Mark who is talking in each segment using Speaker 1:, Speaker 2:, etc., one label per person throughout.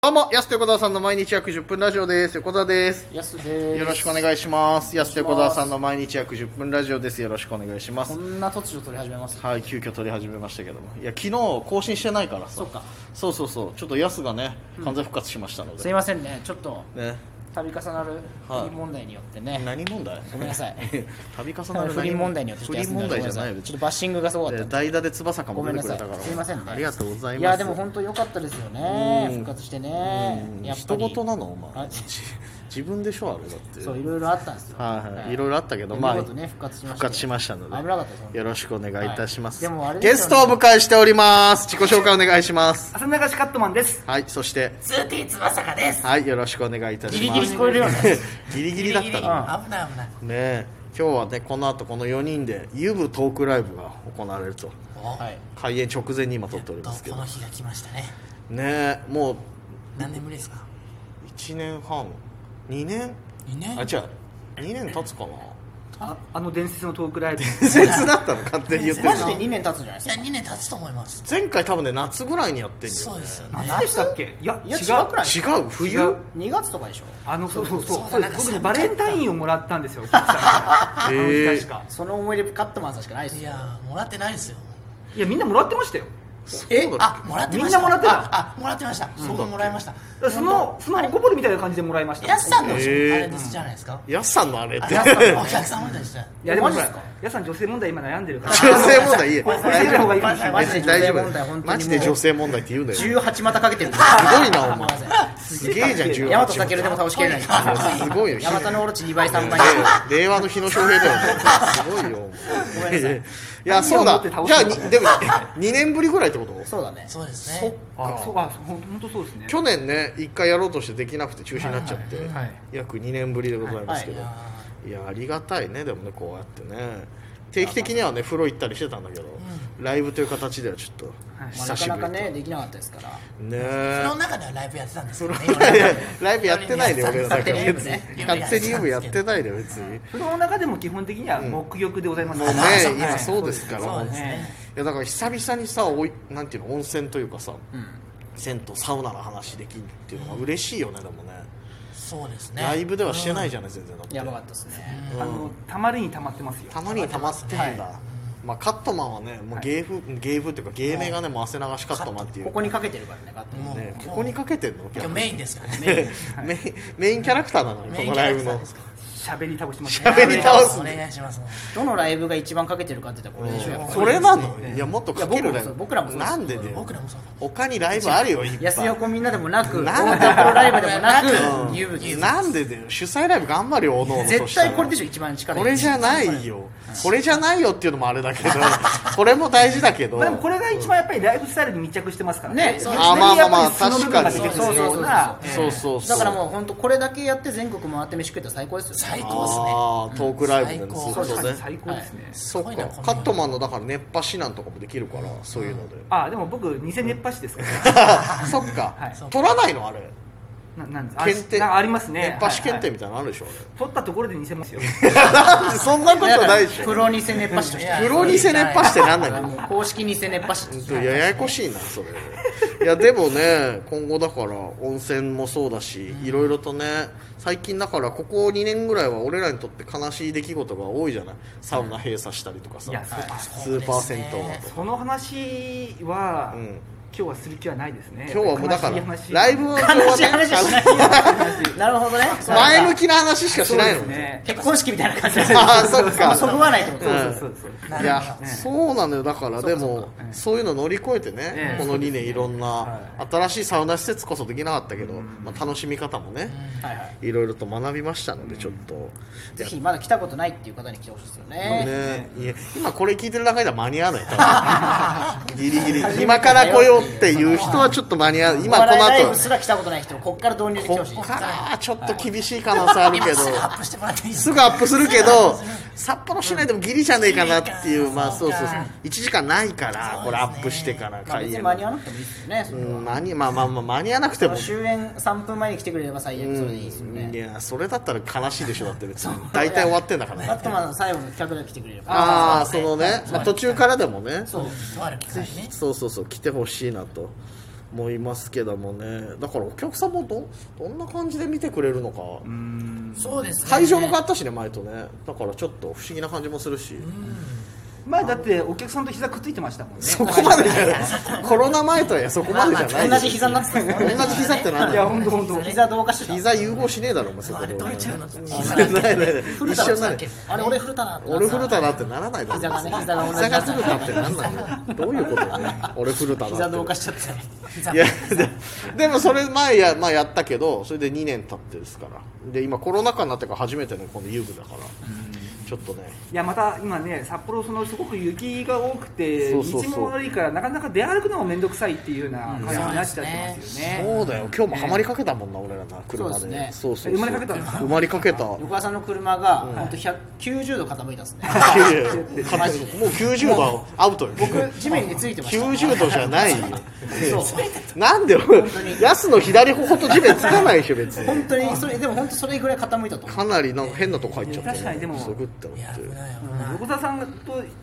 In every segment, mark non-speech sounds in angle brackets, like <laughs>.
Speaker 1: どうも、安手小沢さんの毎日約10分ラジオです。横澤です。
Speaker 2: やすです
Speaker 1: よろしくお願いします。安手小沢さんの毎日約10分ラジオです。よろしくお願いしま
Speaker 2: こ
Speaker 1: す。
Speaker 2: んな突如取り始めます
Speaker 1: はい、急遽撮り始めましたけども。いや、昨日更新してないからさ。
Speaker 2: そっか
Speaker 1: そうそうそう。ちょっと安がね、完全復活しましたの
Speaker 2: すい
Speaker 1: で。
Speaker 2: ませんねちょっと
Speaker 1: ね。
Speaker 2: 度重なる
Speaker 1: はい
Speaker 2: 不倫問題によってね、
Speaker 1: 何問題
Speaker 2: ごめんなさい
Speaker 1: 度重なる何
Speaker 2: 不倫問題によってちょ
Speaker 1: 不
Speaker 2: っと休
Speaker 1: 倫問
Speaker 2: んだんで
Speaker 1: 題じゃない
Speaker 2: ごめ
Speaker 1: よ。
Speaker 2: んさちょっとバッシングがすごかった
Speaker 1: で
Speaker 2: んで
Speaker 1: 代打で翼かも出てくれたから。
Speaker 2: ごめんなさいすいませんね
Speaker 1: ありがとうございます。
Speaker 2: いやでも本当良かったですよね
Speaker 1: うん
Speaker 2: 復活してね
Speaker 1: うん
Speaker 2: やっぱ
Speaker 1: 人
Speaker 2: り
Speaker 1: 事なのお前
Speaker 2: あ。
Speaker 1: じ自分でしょあれだって。
Speaker 2: そういろいろあったんですよ
Speaker 1: はいはい、いろい
Speaker 2: ろ
Speaker 1: ろあったけど、ま
Speaker 2: ま
Speaker 1: あ、
Speaker 2: あ
Speaker 1: 復
Speaker 2: ね復活しました
Speaker 1: 活しましたので、
Speaker 2: 危なかったです
Speaker 1: よろしくお願いいたします。
Speaker 2: はいでもあれですよ
Speaker 1: ゲ
Speaker 2: ね
Speaker 1: ストをお迎えしております。自己紹介お願いします。
Speaker 3: 浅流しカットマンです
Speaker 1: はい、そして、
Speaker 3: ツーティー翼坂です
Speaker 1: はい、よろしくお願いいたします。
Speaker 2: ギリギリ聞こえるようになる
Speaker 1: ギリギリだったな。
Speaker 3: 危ない危ない
Speaker 1: ねえ今日はね、この後この4人で、ゆぶトークライブが行われると。
Speaker 2: は
Speaker 3: はい
Speaker 2: い
Speaker 1: 開演直前に今撮っておりますけ
Speaker 3: こ
Speaker 1: ど。
Speaker 3: の
Speaker 1: ね
Speaker 3: 日が来ましたね
Speaker 1: えもう
Speaker 3: 何年ぶりですか
Speaker 1: 1年半、2年
Speaker 3: 2年
Speaker 1: あ、違う、2年経つかな。
Speaker 2: <laughs>
Speaker 4: ああの伝説のトークライブ
Speaker 1: 切だったの勝手に言ってる
Speaker 2: マ
Speaker 1: の
Speaker 2: ジで2年経つんじゃないです
Speaker 3: いや2年経つと思います
Speaker 1: 前回多分ね、夏ぐらいにやってんだよね。
Speaker 3: そうですよね
Speaker 4: 何でしたっけいや
Speaker 2: いや違
Speaker 4: 違
Speaker 2: う
Speaker 4: う
Speaker 2: くらい
Speaker 1: 違う冬
Speaker 4: 違う
Speaker 2: 2月とかでしょ
Speaker 4: あのそうそうそう
Speaker 3: そうだ
Speaker 4: 僕ね
Speaker 3: なんか
Speaker 4: バレンタインをもらったんですよあの日確か
Speaker 2: その思い出カットマンさんしかないです
Speaker 3: い
Speaker 2: よ
Speaker 3: やもらってないですよ
Speaker 4: いやみんなもらってましたよ
Speaker 1: え
Speaker 3: あもらってました
Speaker 4: みんなもらってた
Speaker 3: ああもらってました僕ももらいました
Speaker 4: そのそのおこぼれみたいな感じでもらいました
Speaker 3: やすさんのあ
Speaker 1: へ
Speaker 3: れ
Speaker 1: ー
Speaker 3: ですじゃないですか
Speaker 1: <laughs> やっさんのあれって
Speaker 3: やすさんのお客様でした
Speaker 4: いやでも
Speaker 2: マジ
Speaker 4: ほ
Speaker 2: っ
Speaker 4: ら
Speaker 2: すか
Speaker 4: やさん女性問題今悩んでるから
Speaker 1: 女性問題いい
Speaker 4: これこれやめた方がいいかもしれない
Speaker 2: マジで女性問題本当にもう
Speaker 1: マジで女性問題って言うんだよす
Speaker 2: 18股かけて <laughs> るす
Speaker 1: ごいなお前すげえじゃん18
Speaker 2: 大和健でも倒しきれない
Speaker 1: すごいよ
Speaker 2: ヤマタのオロチ2倍3倍
Speaker 1: 令令和の日野翔平だよお前すごいよお前
Speaker 2: ごめんなさい
Speaker 1: いやそうだじゃあにでも2年ぶりぐらいってこと
Speaker 2: そうだね
Speaker 3: そうです
Speaker 1: そっ
Speaker 3: ね
Speaker 4: あそう
Speaker 1: か
Speaker 4: あほん本当そうですね
Speaker 1: 去年ね1回やろうとしてできなくて中止になっちゃって
Speaker 4: いはい
Speaker 1: 約2年ぶりでございますけど
Speaker 3: いや
Speaker 1: いやありがたいねでもねこうやってね定期的にはね風呂行ったりしてたんだけど、ライブという形ではちょっと
Speaker 4: はい
Speaker 2: まあ
Speaker 1: 久
Speaker 2: な
Speaker 1: し
Speaker 2: か
Speaker 1: ぶ
Speaker 2: な
Speaker 1: り
Speaker 2: か
Speaker 1: と
Speaker 2: ねできなかったですから
Speaker 1: ね
Speaker 3: そ
Speaker 1: え
Speaker 3: の中ではライブやってたんですけどね
Speaker 1: <laughs> ライブやってないで俺らだ
Speaker 2: 勝
Speaker 1: か
Speaker 2: 手
Speaker 1: ら
Speaker 2: に
Speaker 1: 別に
Speaker 3: ね
Speaker 1: 勝手に夢やってないで別に
Speaker 4: その中でも基本的には目浴でございます
Speaker 1: も
Speaker 4: か
Speaker 1: う
Speaker 4: ら
Speaker 1: ね
Speaker 4: <laughs>
Speaker 3: あそう
Speaker 1: 今そうですから
Speaker 3: そうです
Speaker 4: ね
Speaker 3: ね
Speaker 1: いやだから久々にさおいなんていうの温泉というかさ、銭湯サウナの話できるっていうのは嬉しいよねでもね
Speaker 3: そうですね
Speaker 1: ライブではしてないじゃない全然だって
Speaker 2: やばかったですね
Speaker 4: あのたまるにたまってますよ
Speaker 1: たまに溜まってんだ、まあ、カットマンはねもう芸風、芸風っていうか芸名がねもう汗流しカットマンっていう
Speaker 2: ここにかけてるからねカットマン
Speaker 3: もう
Speaker 1: ね、ここにかけてんの
Speaker 3: 今日メインですからね
Speaker 1: ねメインメインキャラクターなのよこ
Speaker 3: メイン
Speaker 1: の
Speaker 3: キャ
Speaker 1: ライ
Speaker 3: ラク
Speaker 1: ブ
Speaker 3: ター
Speaker 1: の
Speaker 3: ですから
Speaker 4: 喋り倒してます
Speaker 1: 喋り倒す
Speaker 3: お願いします
Speaker 2: どのライブが一番かけてるかって言ったらこれでしょやっぱ
Speaker 1: それなのいやもっとかける
Speaker 2: いや僕もそう僕らもそうです
Speaker 1: なんでだよ
Speaker 3: 僕らもそう
Speaker 1: 他にライブあるよいっぱ
Speaker 2: 安
Speaker 1: い
Speaker 2: 横みんなでもなく
Speaker 1: なん
Speaker 2: 大田プロライブでもな
Speaker 1: う
Speaker 2: く
Speaker 1: ん
Speaker 2: ゆぶき
Speaker 1: なんでだよ主催ライブ頑張るよおのおの
Speaker 2: 絶対これで
Speaker 1: し
Speaker 2: しょ一番
Speaker 1: ょ
Speaker 2: 力
Speaker 1: これじゃないよこれじゃないよっていうのもあれだけどこれも大事だけど
Speaker 4: まあでもこれが一番やっぱりライフスタイルに密着してますからね
Speaker 2: ね
Speaker 4: それ
Speaker 1: あまあまあまあ
Speaker 4: やっぱりその部分が出てくる
Speaker 2: 確かに
Speaker 4: ような
Speaker 1: そうそうそう
Speaker 2: だからもう本当これだけやって全国回って飯食えたら最高ですよ
Speaker 3: 最高ですね
Speaker 1: ああトークライブでも
Speaker 3: 最
Speaker 1: そう
Speaker 3: 高
Speaker 1: そう
Speaker 4: 確かに
Speaker 1: ね
Speaker 4: 最高ですね
Speaker 1: そっ
Speaker 3: すごい
Speaker 1: か
Speaker 3: なこの
Speaker 1: カットマンのだから熱波指南とかもできるからそういうので
Speaker 4: ああでも僕偽熱波師ですから
Speaker 1: あそっか
Speaker 4: い
Speaker 1: 取らないのあれ
Speaker 4: ななんです
Speaker 1: 検定
Speaker 4: あなんかありますね
Speaker 1: 熱波試験
Speaker 4: はい
Speaker 1: 定
Speaker 4: はい
Speaker 1: みたいなのあるでしょあれ
Speaker 4: 取ったところで偽ま
Speaker 1: <laughs>
Speaker 4: すよ
Speaker 1: なんでそんなことないでし
Speaker 2: プ
Speaker 1: ょ
Speaker 2: ロ偽熱波師として
Speaker 3: いや
Speaker 1: プロ偽熱波師ってなんなの
Speaker 2: もう公式偽熱波師として
Speaker 1: ややこしいなそれいやでもね今後だから温泉もそうだしいろいろとね最近だからここ2年ぐらいは俺らにとって悲しい出来事が多いじゃないサウナ閉鎖したりとかさ
Speaker 4: いやそうか
Speaker 1: スーパー銭湯
Speaker 3: そう
Speaker 1: が
Speaker 3: ですね
Speaker 4: その話は、
Speaker 1: うん
Speaker 4: 今日はする気はないですね
Speaker 1: 今日はもうだか
Speaker 4: 悲しい
Speaker 1: ら
Speaker 4: 話
Speaker 1: ライブは
Speaker 2: 悲しい話は
Speaker 1: <laughs>
Speaker 2: しないなるほどね
Speaker 1: 前向きな話しかし
Speaker 4: そう
Speaker 1: ない
Speaker 4: で
Speaker 1: の
Speaker 4: すね
Speaker 2: 結婚式みたいな感じ
Speaker 1: <laughs>
Speaker 2: で
Speaker 1: ああそっ
Speaker 2: あん
Speaker 1: か
Speaker 2: まそぐわないってこと
Speaker 4: そう
Speaker 2: ね
Speaker 4: そうそうそう
Speaker 3: ない
Speaker 1: やそうなのよだからでもそういうの乗り越えてね
Speaker 4: ええ
Speaker 1: この2年いろんな
Speaker 4: は
Speaker 1: 新しいサウナ施設こそできなかったけどまあ楽しみ方もね
Speaker 2: はいはい
Speaker 1: いろいろと学びましたのでちょっと
Speaker 2: ぜひまだ来たことないっていう方に来てほしいですよね
Speaker 1: ねいや今これ聞いてる中では間に合わない多分ギリギリ今から来ようっていう人はちょっと間に合う
Speaker 2: お
Speaker 1: 今この
Speaker 2: 笑いライ
Speaker 1: 後
Speaker 2: ブすら来たことない人もこっから導入で来て
Speaker 1: こ
Speaker 2: ほしい
Speaker 1: こからはちょっと厳しい可能性あるけど
Speaker 3: 今すぐアップしてもらっていいです
Speaker 1: す
Speaker 3: か
Speaker 1: ぐアップするけど札幌市内でもギリじゃねえかなっていう
Speaker 3: うん
Speaker 1: まあそうそうそう
Speaker 3: そうか
Speaker 1: 1時間ないから
Speaker 3: そうですね
Speaker 1: これアップしてから
Speaker 2: まあ別
Speaker 1: 開
Speaker 2: に
Speaker 1: 演
Speaker 2: 間に合わなくてもいいですよねそれ
Speaker 1: う
Speaker 2: は
Speaker 1: ん間にまあまあまあ間に合わなくても
Speaker 2: 終演3分前に来てくれれば最悪それでいいですよ
Speaker 1: い
Speaker 2: ね
Speaker 1: やそれだったら悲しいでしょだって
Speaker 2: <laughs>
Speaker 1: 別に大体終わってんだから
Speaker 2: バットマンの最後の企画で来てくれれば
Speaker 1: ああそのねまあ途中からでもね
Speaker 2: そう
Speaker 3: とある機会ね
Speaker 1: そうそうそう来てほしいなと思いますけどもねだからお客さんもどどんな感じで見てくれるのか、
Speaker 4: うん
Speaker 3: そうですね
Speaker 1: 会場も変わったしね前とねだからちょっと不思議な感じもするし、
Speaker 4: 前だってお客さんと膝くっついてましたもんね
Speaker 1: そこまでじゃないコロナ前とはいやそこまでじゃない
Speaker 2: 同じ膝になってたんですよ
Speaker 1: 同じ膝ってなん
Speaker 4: い
Speaker 1: だ
Speaker 4: や
Speaker 1: よ
Speaker 4: 本当本当
Speaker 2: 膝どうかして
Speaker 1: 膝融合しねえだろお前そこ
Speaker 3: あ
Speaker 1: で
Speaker 3: れどいちゃう
Speaker 1: <laughs>
Speaker 3: の
Speaker 1: ないないない
Speaker 2: 古
Speaker 1: 一
Speaker 2: 田
Speaker 1: 緒
Speaker 2: だ
Speaker 1: にな
Speaker 2: った
Speaker 1: る
Speaker 2: っけあれ俺古田だ
Speaker 1: 俺古田だってならないだろ
Speaker 2: 膝
Speaker 1: <laughs>
Speaker 2: がね膝が同じ
Speaker 1: 膝が古田ってなんなんだよどういうことだね俺古田だって
Speaker 2: 膝どうかしちゃった
Speaker 1: いやででもそれ前や,、まあ、やったけどそれで2年経ってですからで今コロナ禍になってから初めてのこの遊具だからちょっとね
Speaker 4: いやまた今ね札幌そのすごく雪が多くて
Speaker 1: そうそうそう
Speaker 4: 道も悪いからなかなか出歩くのも面倒くさいっていうような感じになっちゃってますよね,、
Speaker 1: そうだよ今日もはまりかけたもんな俺らな車で
Speaker 2: そうですね
Speaker 1: そうそうそう
Speaker 4: 生まれかけたんだ
Speaker 1: 生まれかけた
Speaker 2: 横川さんの車が本当190度傾いたんです
Speaker 1: <laughs>
Speaker 2: ね
Speaker 1: いやいやもう90度はアウトよ
Speaker 2: 僕地面についてました
Speaker 1: 90度じゃないよ
Speaker 2: そう
Speaker 1: なんでヤスの左頬と地面つかないでしょ別に
Speaker 2: 本当にそれでも本当それぐらい傾いたと思う
Speaker 1: かなりなんか変なとこ入っちゃったね
Speaker 4: 確かにでも
Speaker 1: すぐって思っ
Speaker 3: いや
Speaker 1: て
Speaker 3: 危ない危
Speaker 4: うん
Speaker 3: ない
Speaker 4: 横澤さんと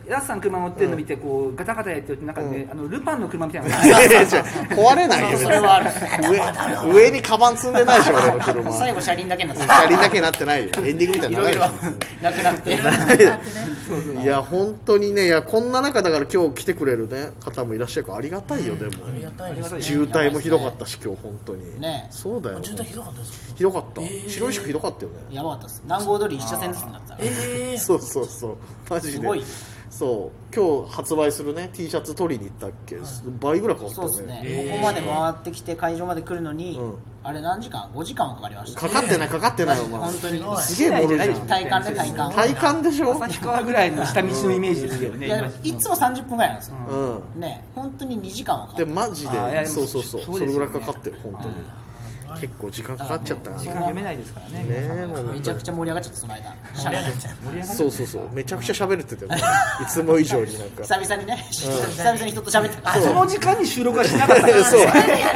Speaker 4: やすさん車乗ってるの見てこうガタガタやってる中で、あのルパンの車みたいなのが
Speaker 1: いやいや違う壊れないよ別
Speaker 2: それはある
Speaker 1: に上上にカバン積んでないでしょ俺の車
Speaker 2: 最後車輪だけになって
Speaker 1: 車
Speaker 2: た
Speaker 1: 輪だけなってないよエンディングみたい
Speaker 2: い
Speaker 1: になら
Speaker 2: ろ
Speaker 1: ないい
Speaker 2: ろ
Speaker 1: よ
Speaker 2: なくなって
Speaker 1: いや本当にねいやこんな中だから今日来てくれるね方もいらっしゃるからありがたいよでも
Speaker 3: ありがたいですね
Speaker 1: 渋滞もひどかったし今日本当に
Speaker 2: ね
Speaker 1: そうだよ
Speaker 3: 渋滞ひどかったです
Speaker 1: ひどかった白石区ひどかったよね
Speaker 2: やばかったです南郷通り一車線ずつになってた
Speaker 3: ええ
Speaker 1: そうそうそうマジです
Speaker 2: ごい
Speaker 1: そう今日発売するね T シャツ取りに行ったっけ倍ぐらいかかった
Speaker 2: そう
Speaker 1: よ
Speaker 2: ですね、
Speaker 1: ね
Speaker 2: ここまで回ってきて会場まで来るのに、
Speaker 1: うん
Speaker 2: あれ何時間 ?5 時間はかかりました
Speaker 1: かかってないかかってないお前
Speaker 2: 本当に
Speaker 1: すげえ乗るじゃん
Speaker 2: 体感で体感
Speaker 1: 体感でしょ
Speaker 4: 旭川ぐらいの下道のイメージですけどね
Speaker 2: いやでもいつも30分ぐらいなんですよ、
Speaker 1: うん
Speaker 2: ね本当に2時間はかか
Speaker 1: で
Speaker 2: る
Speaker 1: マジ
Speaker 4: あいや
Speaker 1: で
Speaker 4: でも
Speaker 1: そうそうそう
Speaker 4: そ
Speaker 1: そ
Speaker 4: うで
Speaker 1: れ
Speaker 4: す
Speaker 1: ぐ
Speaker 4: よ
Speaker 1: ら
Speaker 4: ね
Speaker 1: いかかってる本当に結構時間かかっちゃったな
Speaker 4: 時間読めないですからね
Speaker 1: ねもう
Speaker 2: めちゃくちゃ盛り上がっちゃってその間
Speaker 3: 盛り上がっちゃう
Speaker 1: そうそうそうめちゃくちゃ喋るって言ってたよねいつも以上になんか
Speaker 2: 久々にね、久々に人と喋ってた
Speaker 4: あその時間に収録はしなかった
Speaker 1: <laughs> そう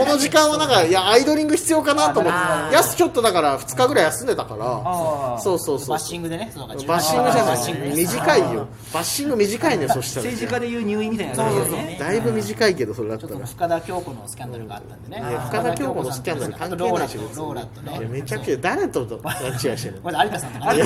Speaker 1: この時間はなんかいやアイドリング必要かなと思ってやすちょっとだから2日ぐらい休んでたから
Speaker 4: あー
Speaker 1: そうそうそう
Speaker 2: バッシングでねその
Speaker 1: バッシングじゃ
Speaker 2: バッシング
Speaker 1: ない短いよバッシング短いねそしたら
Speaker 4: 政治家でいう入院みたいな感じでね
Speaker 1: だいぶ短いけどそれだっ
Speaker 2: ちょ
Speaker 1: た
Speaker 2: っと
Speaker 1: ら
Speaker 2: 深田恭子のスキャンダルがあったんでね
Speaker 1: いや深田恭子のスキャンダル関係ないし
Speaker 2: あとローラとローラと
Speaker 1: い
Speaker 2: ね
Speaker 1: やめちゃくちゃ誰と勘違いしてるの
Speaker 2: <laughs> まだ有田さんとかね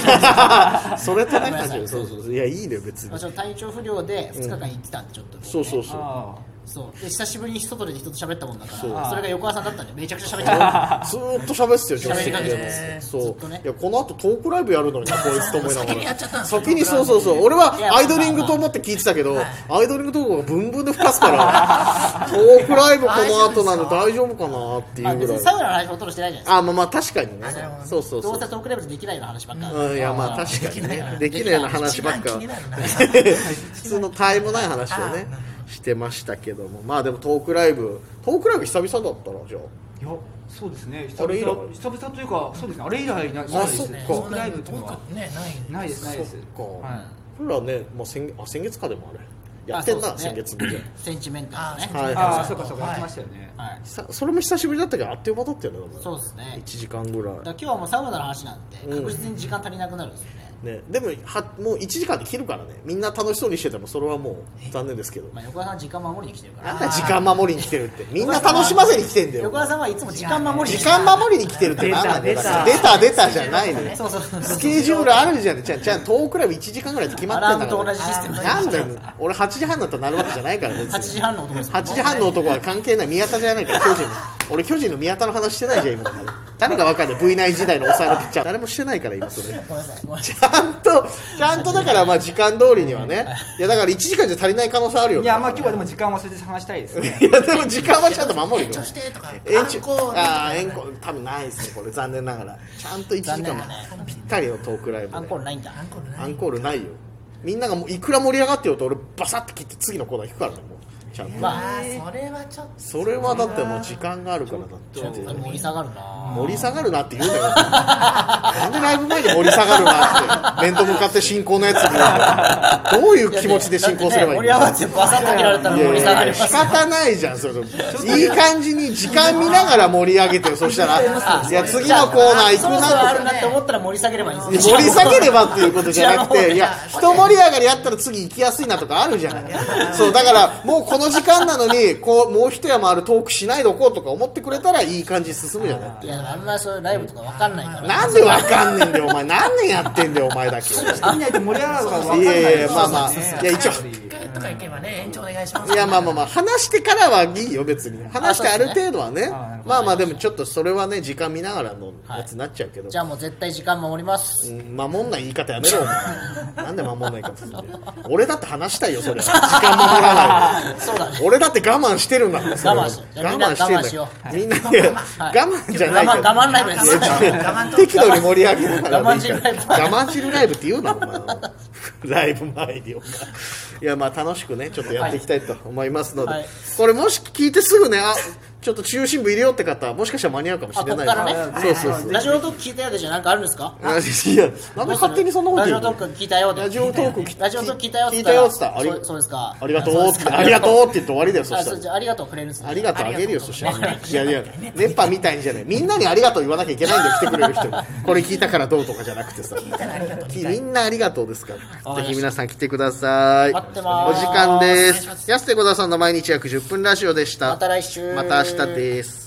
Speaker 1: それとなんかそうそうそういやいいね別
Speaker 2: まあ
Speaker 1: に
Speaker 2: ちょっと体調不良で2日間行ってたんでちょっと、
Speaker 1: そうそうそう
Speaker 4: あ
Speaker 2: そうで久しぶりに外で人と喋ったもんだから
Speaker 1: そう
Speaker 2: それが横川さんだったんでめちゃくちゃ喋っちゃっ
Speaker 1: ずーっと喋ってたよ、
Speaker 2: 喋り
Speaker 1: 助
Speaker 2: か
Speaker 1: 手席
Speaker 2: けて
Speaker 1: で
Speaker 2: ま
Speaker 1: そう
Speaker 2: ずっとね
Speaker 1: いや、この後トークライブやるのにな、こいつと思いながら。
Speaker 3: 先にやっちゃったんですよ
Speaker 1: 先にそうそうそう。俺はい
Speaker 2: や
Speaker 1: アイドリングと思って聞いてたけど、アイドリング投稿がブンブンで吹かすから、トークライブこの後なんで大丈夫かなって
Speaker 2: た、まあ、
Speaker 1: いうぐ
Speaker 2: 別
Speaker 1: ら
Speaker 2: に
Speaker 1: い。
Speaker 2: サウナの話ほとんどしてないじゃないですか
Speaker 1: あ、まあまあ確かにね
Speaker 3: なるほど。ね
Speaker 1: そうそう
Speaker 2: ど
Speaker 1: そう
Speaker 2: せ
Speaker 1: う。
Speaker 2: トークライブでできないような話ばっかり、
Speaker 1: うん、いやまあ確かにね。できないような話ばっか。
Speaker 3: 一番気に
Speaker 1: <laughs>
Speaker 3: なるな
Speaker 1: 普通のたえもない話をね
Speaker 3: あ、
Speaker 1: してましたけども。まあでもトークライブ、トークライブ久々だったら、じゃあ。
Speaker 4: あいやそうですね久
Speaker 1: あれ以来
Speaker 4: 々久々というかそうですねあれ以来な
Speaker 1: あ
Speaker 4: ないですね
Speaker 1: そっか
Speaker 4: トークライブっていうのは
Speaker 3: ねない
Speaker 4: ないですないです
Speaker 1: そっか
Speaker 4: はい
Speaker 1: 俺らね、まあ、先月あ先月かでもあれやってんな、
Speaker 2: あそうで
Speaker 1: 先月
Speaker 2: すね
Speaker 1: 分で
Speaker 2: センチメンタルですね
Speaker 1: はい
Speaker 4: ああそうかそうかやってましたよね
Speaker 2: はい、
Speaker 1: さそれも久しぶりだったけどあっという間だったよねだ
Speaker 2: そうですね
Speaker 1: 1時間ぐら
Speaker 2: だから今日はもうサウナの話なんて
Speaker 1: うん
Speaker 2: 確実に時間足りなくなるんですよね、
Speaker 1: い、ね、でもはもう1時間で切るからねみんな楽しそうにしててもそれはもう残念ですけど
Speaker 2: まあ、横川さん時間守りに来てるから
Speaker 1: なんだ時間守りに来てるってみんな楽しませに来てん
Speaker 2: <laughs>
Speaker 1: だよ
Speaker 2: 横川さんはいつも時間守
Speaker 1: 時
Speaker 2: りに来てる
Speaker 1: 間守りに来てるってなんなんだよ出
Speaker 4: 出た
Speaker 1: た
Speaker 4: 出
Speaker 1: 出た出たじゃないのよ
Speaker 2: <laughs> そうそうそう
Speaker 1: スケジュールあるじゃんちゃんちゃん遠くらい1時間ぐらいって決ま
Speaker 2: ア
Speaker 1: って
Speaker 2: ラ
Speaker 1: ん
Speaker 2: ー
Speaker 1: だ
Speaker 2: ム
Speaker 1: か
Speaker 2: と同
Speaker 1: ら
Speaker 2: じシステムで
Speaker 1: なんだよ俺8時半だったらなるわけじゃないから別に
Speaker 2: 8時半の男ですもん
Speaker 1: 8時半の男は関係ない宮田じゃないから巨人の俺巨人の宮田の話してないじゃん今誰がわかる V9 時代の抑えのピッチャー誰もしてないから今それ
Speaker 2: ごめんなさいごめんなさい
Speaker 1: ちゃんとちゃんとだからまあ時間通りにはねいやだから1時間じゃ足りない可能性あるよ
Speaker 4: いやまあ今日はでも時間忘れて探したいですね
Speaker 1: いやでも時間はちゃんと守るよ
Speaker 3: 延長してとか
Speaker 1: 延長
Speaker 3: 観光
Speaker 1: ああ延長多分ないですねこれ残念ながらちゃんと1時間ぴったりのトークライブ
Speaker 2: アンコ
Speaker 1: で
Speaker 2: ールないんだ
Speaker 3: アンコール
Speaker 1: ア
Speaker 3: ない
Speaker 1: ンコールないよみんながもういくら盛り上がってようと俺バサッて切って次のコーナー行くからねもうちゃんと
Speaker 2: ま
Speaker 3: あーそれはちょっと
Speaker 1: それはだってもう時間があるからだって
Speaker 2: ちょっと盛り下がるな
Speaker 1: 盛り下がるなって言うなよなんでライブ前に盛り下がるなって面と向かって進行のやつに言うのどういう気持ちで進行すればいい
Speaker 2: 盛
Speaker 1: の
Speaker 2: り上がってバサッと切られたら
Speaker 1: いや
Speaker 2: 盛
Speaker 1: い
Speaker 2: り下が
Speaker 1: やい
Speaker 2: り
Speaker 1: や
Speaker 2: ます
Speaker 1: 仕方ないじゃんそれいい感じに時間見ながら盛り上げてよそしたらいや次のコーナー行く
Speaker 2: そろ
Speaker 1: な
Speaker 2: そろあ
Speaker 1: と
Speaker 2: るなって思ったら盛り下げればいいんですよ
Speaker 1: 盛り下げれば <laughs> っていうことじゃなく
Speaker 2: こちらの方
Speaker 1: て、
Speaker 2: ね
Speaker 1: いや、一盛り上がりやったら次行きやすいなとかあるじゃない。そう、だから、もうこのの時間なのにこうもう一山あるトークしないでおこうとか思ってくれたらいい感じに進むよねって
Speaker 2: い
Speaker 1: いう
Speaker 2: やでもあんまそういうライブとかわかんないから
Speaker 1: なんでわかんねんだよお前何年やってんだよお前だけ
Speaker 4: 見ないと盛り上がるのか分かんないい
Speaker 1: やいや
Speaker 4: です
Speaker 1: まあまあ
Speaker 4: そうですね
Speaker 1: いや一応
Speaker 2: 一回とか行けばね延長お願いします
Speaker 1: いやまあまあまあ話してからはいいよ別に話してある程度はね
Speaker 4: あ
Speaker 1: まあまあでもちょっとそれはね時間見ながらのやつになっちゃうけど、
Speaker 2: じゃあもう絶対時間守ります
Speaker 1: うん守んない言い方やめろお前なんで守んないかって俺だって話したいよそれは時間守らないで
Speaker 2: そうだね
Speaker 1: 俺だって我慢してるんだからそれは
Speaker 2: 我慢して
Speaker 1: 我慢してん
Speaker 2: みんな我慢
Speaker 1: だ
Speaker 2: し
Speaker 1: よ
Speaker 2: よ
Speaker 1: みんなで
Speaker 2: はい
Speaker 1: 我慢じゃないけど
Speaker 2: 我慢我慢ライブです
Speaker 1: いや違う適度に盛り上げながらでいいから
Speaker 2: 我慢汁ライブ
Speaker 1: 我慢汁ライブって言うなお前ライブ前にお前いやまあ楽しくねちょっとやっていきたいと思いますので、
Speaker 2: はい
Speaker 1: これもし聞いてすぐねあちょっと中心部入れようって方はもしかしたら間に合うかもしれない
Speaker 2: あこっから
Speaker 4: ね
Speaker 1: そうそうそう
Speaker 2: ラジオトーク聞いたようでじゃなんかあるんですか
Speaker 1: あいや、なんで勝手にそんなこと
Speaker 2: ラジ
Speaker 1: 言
Speaker 2: オ
Speaker 1: う
Speaker 2: トー
Speaker 1: の
Speaker 2: ク聞いたようで
Speaker 1: ラジオトーク聞い
Speaker 2: ラジオトーク聞いたよ
Speaker 1: 聞いたよっつったら
Speaker 2: あ
Speaker 1: あり
Speaker 2: そうですか
Speaker 1: ありがとう
Speaker 2: そ
Speaker 1: っ
Speaker 2: で
Speaker 1: て言っ
Speaker 2: す
Speaker 1: て、
Speaker 2: か
Speaker 1: ありがとうって言って終わりだよ、そ
Speaker 2: あ
Speaker 1: した
Speaker 2: そうじ
Speaker 1: ら。
Speaker 2: ゃあありがとうくれるんですね
Speaker 1: ありがとうあげるよ、そした
Speaker 2: わ
Speaker 1: ら
Speaker 2: か。
Speaker 1: いやいや、熱波みたいにじゃない。みんなにありがとう言わなきゃいけないんだよ、来てくれる人に。
Speaker 2: <laughs>
Speaker 1: これ聞いたからどうとかじゃなくてさ。みんなありがとうですから。
Speaker 2: わか
Speaker 1: ぜ
Speaker 2: りました
Speaker 1: ひ皆さん来てください。
Speaker 2: 待ってます
Speaker 1: お時間で。
Speaker 2: お願いします
Speaker 1: 安手小沢さんの毎日約10分ラジオでした。
Speaker 2: また来週
Speaker 1: また明日です。